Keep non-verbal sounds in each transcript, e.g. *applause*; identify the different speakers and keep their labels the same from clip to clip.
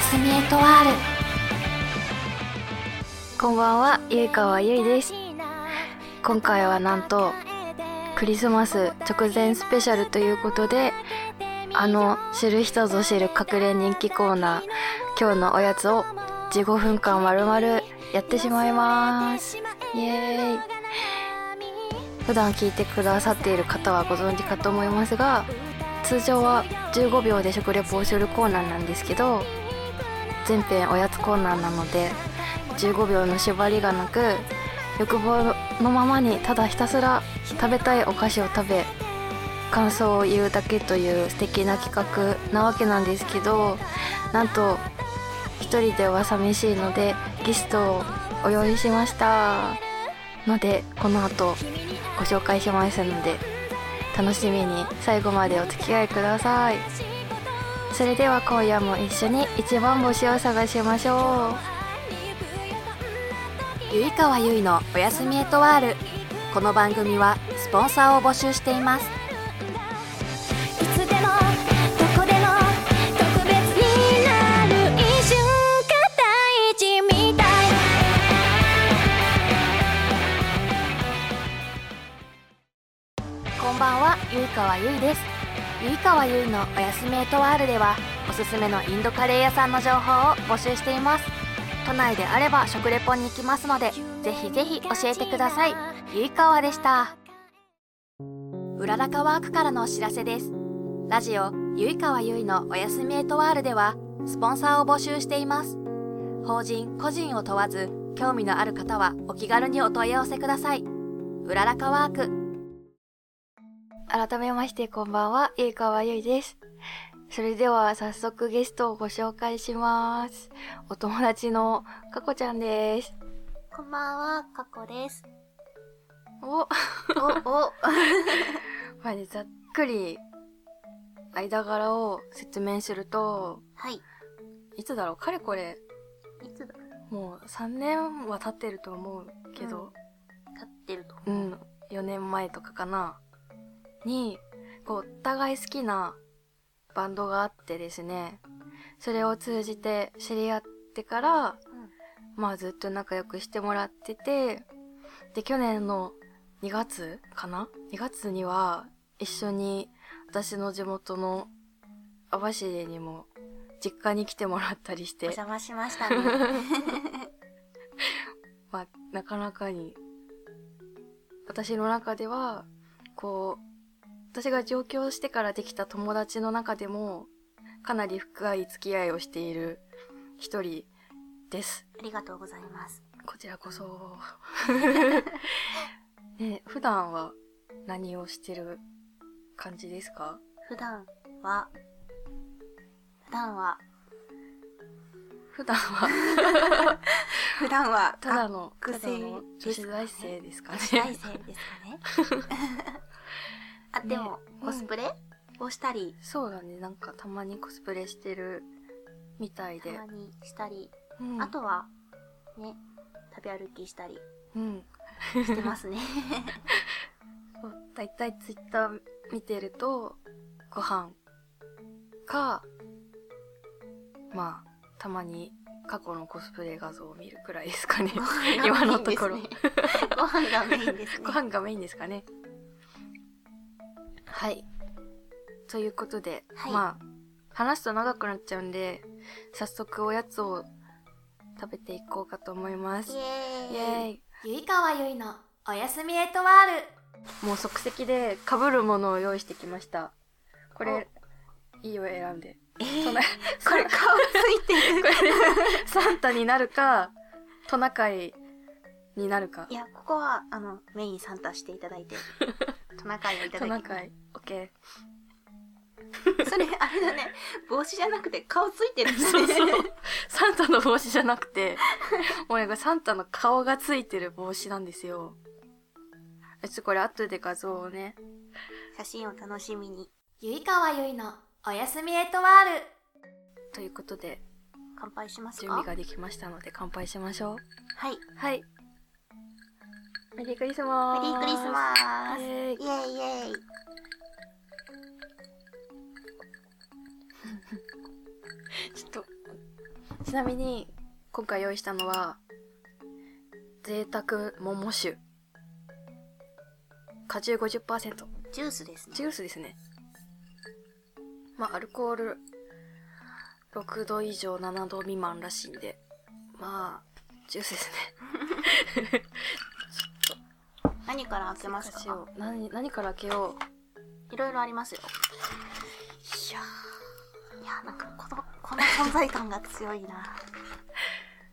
Speaker 1: スミエトワールこんばんはゆいかわゆいです今回はなんとクリスマス直前スペシャルということであの知る人ぞ知る隠れ人気コーナー今日のおやつを15分間まるまるやってしまいますイエーイ普段聞いてくださっている方はご存知かと思いますが通常は15秒で食レポをするコーナーなんですけど全編おやつコーナーなので15秒の縛りがなく欲望のままにただひたすら食べたいお菓子を食べ感想を言うだけという素敵な企画なわけなんですけどなんと一人では寂しいのでゲストをお用意しましたのでこの後ご紹介しますので楽しみに最後までお付き合いくださいそれでは今夜も一緒に一番星を探しましょ
Speaker 2: うゆいかわゆいのおやすみエトワールこの番組はスポンサーを募集していますゆいかわゆいですゆいかわゆいのおやすみエトワールではおすすめのインドカレー屋さんの情報を募集しています都内であれば食レポに行きますのでぜひぜひ教えてくださいゆいかわでしたうららかワークからのお知らせですラジオゆいかわゆいのおやすみエトワールではスポンサーを募集しています法人個人を問わず興味のある方はお気軽にお問い合わせくださいうららかワーク
Speaker 1: 改めましてこんばんは、ゆいかわゆいです。それでは早速ゲストをご紹介します。お友達のかこちゃんです。
Speaker 3: こんばんは、かこです。
Speaker 1: お、お、 *laughs*
Speaker 3: お。
Speaker 1: まあね、ざっくり、間柄を説明すると、
Speaker 3: はい。
Speaker 1: いつだろう、かれこれ。
Speaker 3: いつだ
Speaker 1: もう3年は経ってると思うけど。
Speaker 3: うん、経ってると
Speaker 1: うん、4年前とかかな。に、こう、お互い好きなバンドがあってですね、それを通じて知り合ってから、うん、まあずっと仲良くしてもらってて、で、去年の2月かな ?2 月には一緒に私の地元の網走にも実家に来てもらったりして。
Speaker 3: お邪魔しましたね。 *laughs*
Speaker 1: まあ、なかなかに、私の中では、こう、私が上京してからできた友達の中でも、かなり深い付き合いをしている一人です。
Speaker 3: ありがとうございます。
Speaker 1: こちらこそ。 *laughs* ね、普段は何をしてる感じですか
Speaker 3: 普段は、普段は、
Speaker 1: 普段は
Speaker 3: 普段は、
Speaker 1: ただの、学生、ね、女子大生ですかね。
Speaker 3: 女子大生ですか *laughs* ね。あ、でも、ね、コスプレ、うん、をしたり。
Speaker 1: そうだね。なんかたまにコスプレしてるみたいで。
Speaker 3: たまにしたり。うん、あとは、ね、食べ歩きしたり。
Speaker 1: うん。
Speaker 3: してます
Speaker 1: *laughs*
Speaker 3: ね。
Speaker 1: そう、だいたいツイッター見てると、ご飯か、まあ、たまに過去のコスプレ画像を見るくらいですかね。
Speaker 3: ね
Speaker 1: 今のところ。
Speaker 3: *laughs* ご飯がメインですね。
Speaker 1: ご飯がメインですかね。はい。ということで、はい、まあ、話すと長くなっちゃうんで、早速おやつを食べていこうかと思います。
Speaker 3: イエーイ。イ
Speaker 1: エーイ
Speaker 2: ゆいかわゆいのおやすみエトワ
Speaker 1: ール。もう即席で被るものを用意してきました。これ、いいよ選んで。
Speaker 3: えー、これ顔ついてる。
Speaker 1: これ、サンタになるか、トナカイになるか。
Speaker 3: *laughs* いや、ここは、あの、メインサンタしていただ
Speaker 1: *laughs*
Speaker 3: いて。トナカイをいただきます。トナカイ。
Speaker 1: オッケ
Speaker 3: ー。それ、あれだね。帽子じゃなくて顔ついてる、ね、
Speaker 1: そうそう。 *laughs* サンタの帽子じゃなくて、もうなんかサンタの顔がついてる帽子なんですよ。ちょっとこれ後で画像をね。
Speaker 3: *laughs* 写真を楽しみに。
Speaker 2: ゆいかわゆいのおやすみエトワール。
Speaker 1: ということで、
Speaker 3: 乾杯します
Speaker 1: 準備ができましたので乾杯しましょう。
Speaker 3: はい。
Speaker 1: はい。メリークリスマ
Speaker 3: スメリークリスマスイ
Speaker 1: エーイ
Speaker 3: イエーイ
Speaker 1: ちょっと、ちなみに今回用意したのは贅沢桃酒果汁50%
Speaker 3: ジュースですね
Speaker 1: ジュースですねまあアルコール6度以上7度未満らしいんでまあジュースですね
Speaker 3: 何から開けます
Speaker 1: 菓子
Speaker 3: か
Speaker 1: を何何から開けよう
Speaker 3: いろいろありますよ
Speaker 1: いや
Speaker 3: いやなんかこのこ *laughs* の存在感が強いな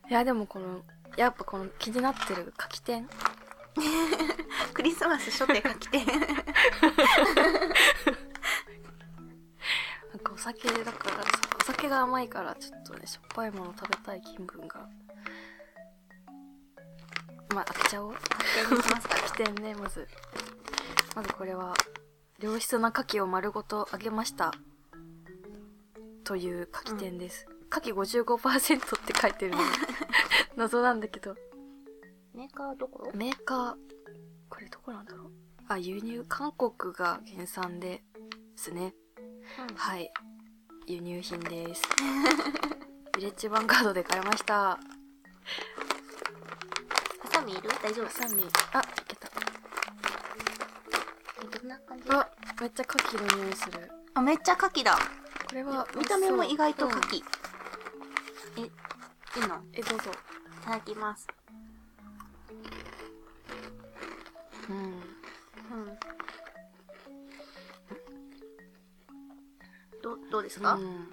Speaker 1: ーいやでもこのやっぱこの気になってる書き点
Speaker 3: クリスマス初手が *laughs* 来て
Speaker 1: なんかお酒だからさお酒が甘いからちょっとねしょっぱいもの食べたい気分がまあ開けちゃおう
Speaker 3: 開けにしますか
Speaker 1: 起点ねまずまずこれは良質な牡蠣を丸ごと揚げましたという牡蠣店です、牡蠣55%って書いてるの *laughs* 謎なんだけど
Speaker 3: メーカーはどこ
Speaker 1: メーカーこれどこなんだろうあ輸入韓国が原産でですね
Speaker 3: うん
Speaker 1: はい輸入品です *laughs* ビレッジヴァンガードで買いました
Speaker 3: ハサミいる大丈夫
Speaker 1: ハサミあいけた
Speaker 3: えどんな感じ
Speaker 1: あめっちゃ牡蠣の匂いする
Speaker 3: あめっちゃ牡蠣だ
Speaker 1: これは
Speaker 3: 見た目も意外と牡
Speaker 1: うん
Speaker 3: 蠣、えいいの
Speaker 1: えどうぞ
Speaker 3: いただきます
Speaker 1: うん
Speaker 3: うんどどうですか、
Speaker 1: うん、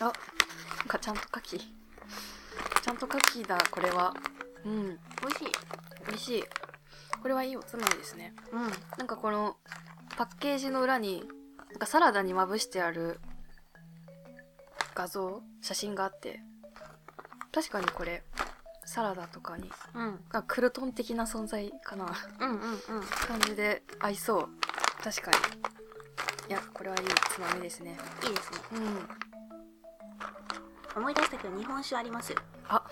Speaker 1: あなんかちゃんと牡蠣ちゃんと牡蠣だこれはうん
Speaker 3: 美味しい
Speaker 1: 美味しいこれはいいおつまみですね
Speaker 3: うんうん
Speaker 1: なんかこのパッケージの裏になんかサラダにまぶしてある画像写真があって確かにこれサラダとかに
Speaker 3: うん
Speaker 1: あクルトン的な存在かな
Speaker 3: うんうん
Speaker 1: 感じで合いそう確かにいやこれはいいつまみですね
Speaker 3: いいですね
Speaker 1: うん
Speaker 3: 思い出したけど日本酒ありますよ
Speaker 1: あ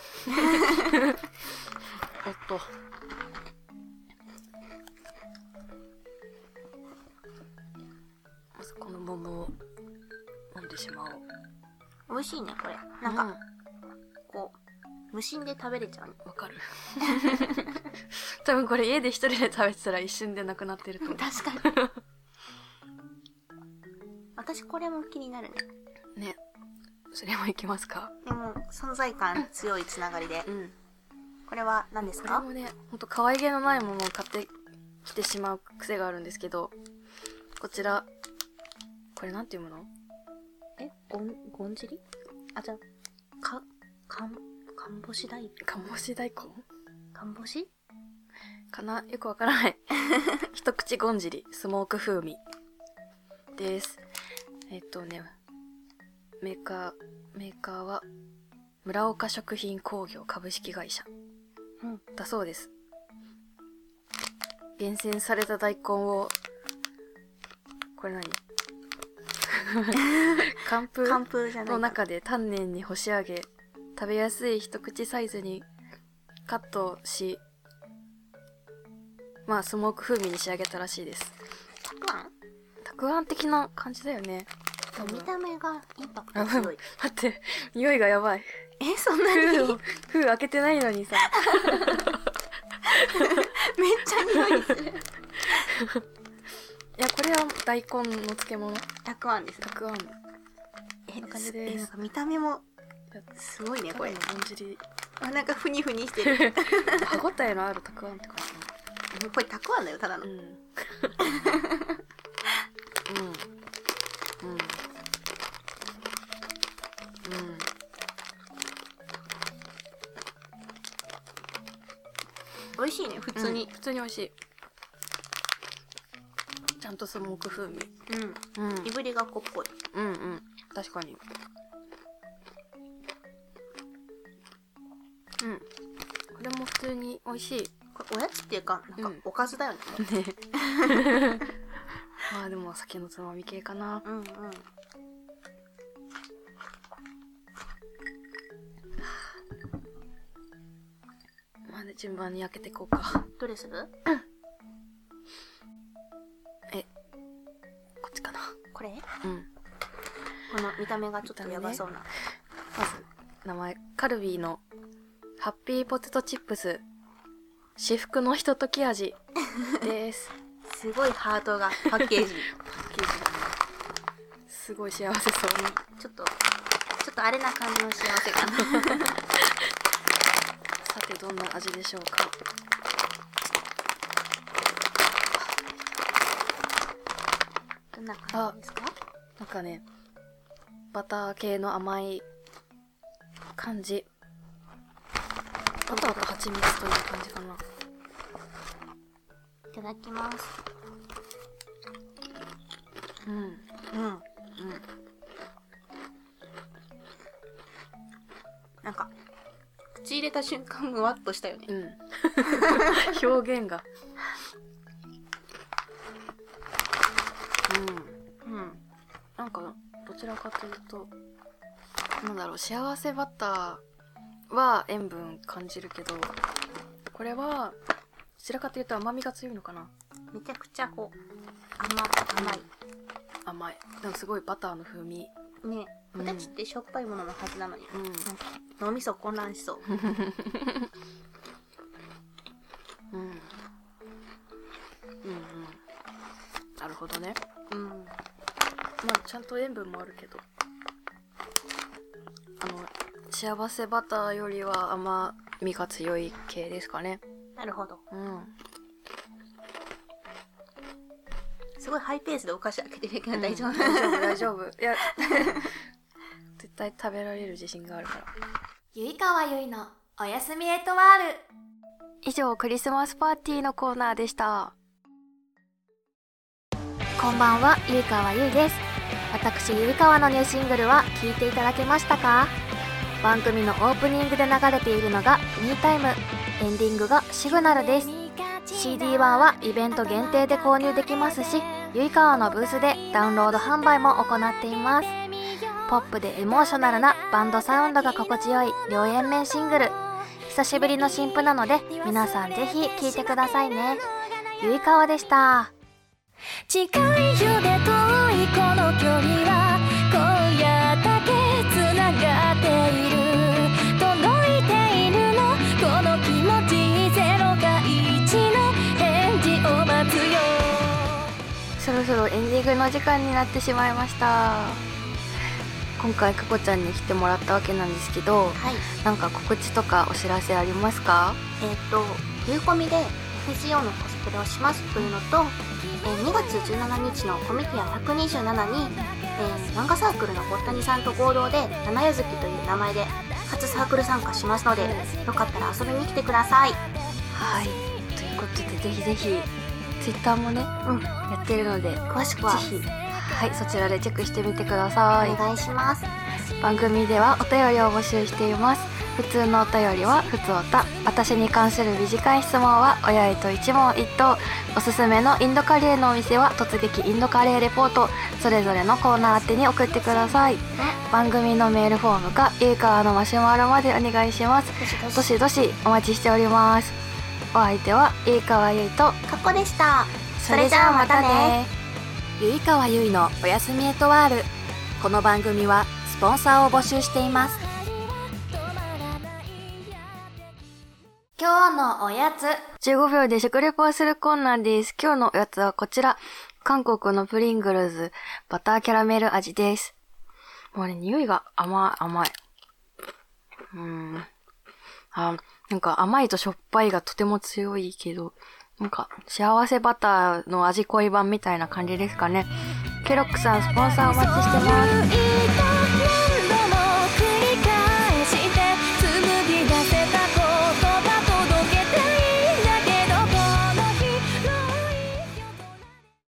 Speaker 1: おっと。まずこの桃を飲んでしまおう。
Speaker 3: 美味しいねこれなんか、
Speaker 1: う
Speaker 3: こう無心で食べれちゃうね
Speaker 1: わかる。 *laughs* 多分これ家で一人で食べてたら一瞬でなくなってると思
Speaker 3: *laughs* 確かに私これも気になるね
Speaker 1: う。ね。それもいきますか。
Speaker 3: でも存在感強いつながりで
Speaker 1: うん。
Speaker 3: これは何です
Speaker 1: これ
Speaker 3: か
Speaker 1: もね、ほんと可愛げのないものを買ってきてしまう癖があるんですけど、こちら、これなんていうもの
Speaker 3: えゴンゴンジリあじゃあかかんかんぼし大
Speaker 1: かもし大根
Speaker 3: かんぼし
Speaker 1: かなよくわからない *laughs* 一口ゴンジリスモーク風味ですえっとねメーカーメーカーは村岡食品工業株式会社、
Speaker 3: うん
Speaker 1: だそうです厳選された大根をこれ何 *laughs* 寒風
Speaker 3: 寒風じゃない
Speaker 1: の中で丹念に干し上げ食べやすい一口サイズにカットしまあスモーク風味に仕上げたらしいです
Speaker 3: たくあん
Speaker 1: たくあん的な感じだよね *laughs* 多分
Speaker 3: 見た目がインパク
Speaker 1: あ待
Speaker 3: ト強い
Speaker 1: って匂いがやばい
Speaker 3: え *laughs* そんなにめっち
Speaker 1: 封を封開けてないのにさ
Speaker 3: ゃ匂いする
Speaker 1: いやこれは大根の漬物
Speaker 3: たくあんです
Speaker 1: たくあん
Speaker 3: え
Speaker 1: んな感じです
Speaker 3: えなんか見た目も
Speaker 1: や
Speaker 3: すごいね
Speaker 1: た
Speaker 3: こ
Speaker 1: だ
Speaker 3: れ
Speaker 1: のぼんじり
Speaker 3: あなんかふにふにして
Speaker 1: *laughs*
Speaker 3: る
Speaker 1: 歯ごたえのあるたくあんって感じ
Speaker 3: これたくあんだよただの
Speaker 1: うん。うん。うん。うん。
Speaker 3: 美味しいね普通に
Speaker 1: 普通に美味しい。ちゃんとスモーク風味。
Speaker 3: うん、
Speaker 1: うん。
Speaker 3: いぶりがっこっぽい
Speaker 1: うんうん。確かに。うん。これも普通に美味しい。
Speaker 3: これおやつっていうかなん
Speaker 1: う
Speaker 3: か
Speaker 1: ん
Speaker 3: おかずだよね、
Speaker 1: ね。まあでも酒のつまみ系かな。
Speaker 3: うん、うん
Speaker 1: まあね、順番に開けていこうか。
Speaker 3: どれする
Speaker 1: こっちかな。
Speaker 3: これ
Speaker 1: うん。
Speaker 3: この見た目がちょっとやばそうな、
Speaker 1: まず名前カルビーのハッピーポテトチップス至福のひととき味です。
Speaker 3: すごいハートがパッケ
Speaker 1: *laughs*
Speaker 3: ージ
Speaker 1: すごい幸せそうに。
Speaker 3: ちょっとちょっとあれな感じの幸せか
Speaker 1: *laughs*
Speaker 3: な
Speaker 1: さてどんな味でしょうか。
Speaker 3: どんな感じですか
Speaker 1: なんかね、バター系の甘い感じ。バターと蜂蜜という感じかな。
Speaker 3: いただきます
Speaker 1: うん。
Speaker 3: うんうんなんか口入れた瞬間むわっとしたよね
Speaker 1: うん。 *laughs* 表現が。うん。
Speaker 3: うん
Speaker 1: なんか、どちらかというと、なんだろう、幸せバターは塩分感じるけど、これは、どちらかというと甘みが強いのかな
Speaker 3: めちゃくちゃこう甘
Speaker 1: 甘い。でもすごいバターの風味。
Speaker 3: 甘いね
Speaker 1: うん
Speaker 3: ポテチってしょっぱいもののはずなのに、
Speaker 1: うん。
Speaker 3: なんか脳みそ混乱しそう
Speaker 1: うん。うんうん。なるほどね。
Speaker 3: うん
Speaker 1: まあちゃんと塩分もあるけどあの幸せバターよりは甘みが強い系ですかね
Speaker 3: なるほど
Speaker 1: うん
Speaker 3: すごいハイペースでお菓子開けてるけど大丈夫、
Speaker 1: 大丈夫大丈 *laughs* 夫いや絶対食べられる自信があるから
Speaker 2: ゆいかわゆいのおやすみエトワール
Speaker 1: 以上クリスマスパーティーのコーナーでした
Speaker 2: こんばんは、ゆいかわゆいです。私、ゆいかわのニューシングルは聞いていただけましたか番組のオープニングで流れているのがニータイム、エンディングがシグナルです。CD 版はイベント限定で購入できますし、ゆいかわのブースでダウンロード販売も行っています。ポップでエモーショナルなバンドサウンドが心地よい両円面シングル。久しぶりの新譜なので、皆さんぜひ聴いてくださいね。ゆいかわでした。
Speaker 4: 近いよで遠いこの距離は今夜だけ繋がっている届いているのこの気持ちゼロか一の返事を待つよ
Speaker 1: そろそろエンディングの時間になってしまいました今回かこちゃんに来てもらったわけなんですけど
Speaker 3: はい
Speaker 1: なんか告知とかお知らせありますか
Speaker 3: えーっ、と冬コミで FGO のコスプレをしますというのと、えー2月17日のコミティア127に、えー漫画サークルのぼったにさんと合同で「七夜月」という名前で初サークル参加しますのでよかったら遊びに来てください
Speaker 1: はい、ということでぜひぜひツイッターもね、
Speaker 3: うん
Speaker 1: やってるのでぜ
Speaker 3: 詳しくは
Speaker 1: ひはいそちらでチェックしてみてください
Speaker 3: お、願いします
Speaker 1: 番組ではお便りを募集しています普通のお便りは普通おた私に関する短い質問は親へと一問一答おすすめのインドカレーのお店は突撃インドカレーレポートそれぞれのコーナー宛てに送ってください番組のメールフォームかゆいかわのマシュマロまでお願いしますどしどしお待ちしておりますお相手はゆいかわゆいと
Speaker 3: かっこでした
Speaker 1: そ
Speaker 3: れじゃあまたね
Speaker 2: ゆいかわゆいのおやすみエトワールこの番組はスポンサーを募集しています今日のおやつ
Speaker 1: 15秒で食レポをするコーナーです。今日のおやつはこちら。韓国のプリングルズ、バターキャラメル味です。もうね、匂いが甘い、甘い。うーん。あ、なんか甘いとしょっぱいがとても強いけど、なんか幸せバターの味濃い版みたいな感じですかね。ケロックさん、スポンサーお待ちしてます。
Speaker 4: い